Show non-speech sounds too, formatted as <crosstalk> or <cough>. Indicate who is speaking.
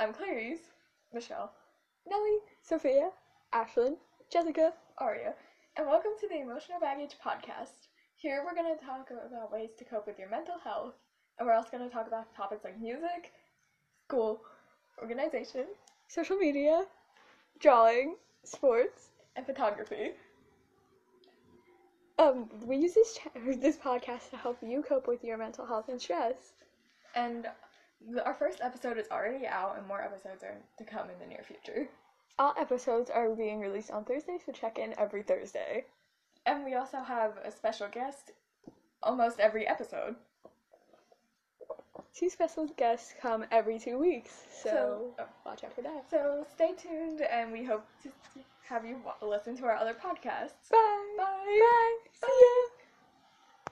Speaker 1: I'm Clarice. Michelle.
Speaker 2: Nellie, Sophia, Ashlyn, Jessica.
Speaker 1: Aria. And welcome to the Emotional Baggage Podcast. Here we're going to talk about ways to cope with your mental health, and we're also going to talk about topics like music, school, organization,
Speaker 2: Social media, drawing, sports.
Speaker 1: and photography.
Speaker 2: Um, we use this cha- or this podcast <laughs> to help you cope with your mental health and stress.
Speaker 1: And th- our first episode is already out, and more episodes are to come in the near future.
Speaker 2: All episodes are being released on Thursday, so check in every Thursday.
Speaker 1: And we also have a special guest almost every episode.
Speaker 2: Two special guests come every two weeks, so,
Speaker 1: So-
Speaker 2: watch out for that.
Speaker 1: So stay tuned, and we hope to have you wa- listen to our other podcasts.
Speaker 2: Bye.
Speaker 1: Bye.
Speaker 2: Bye. See ya.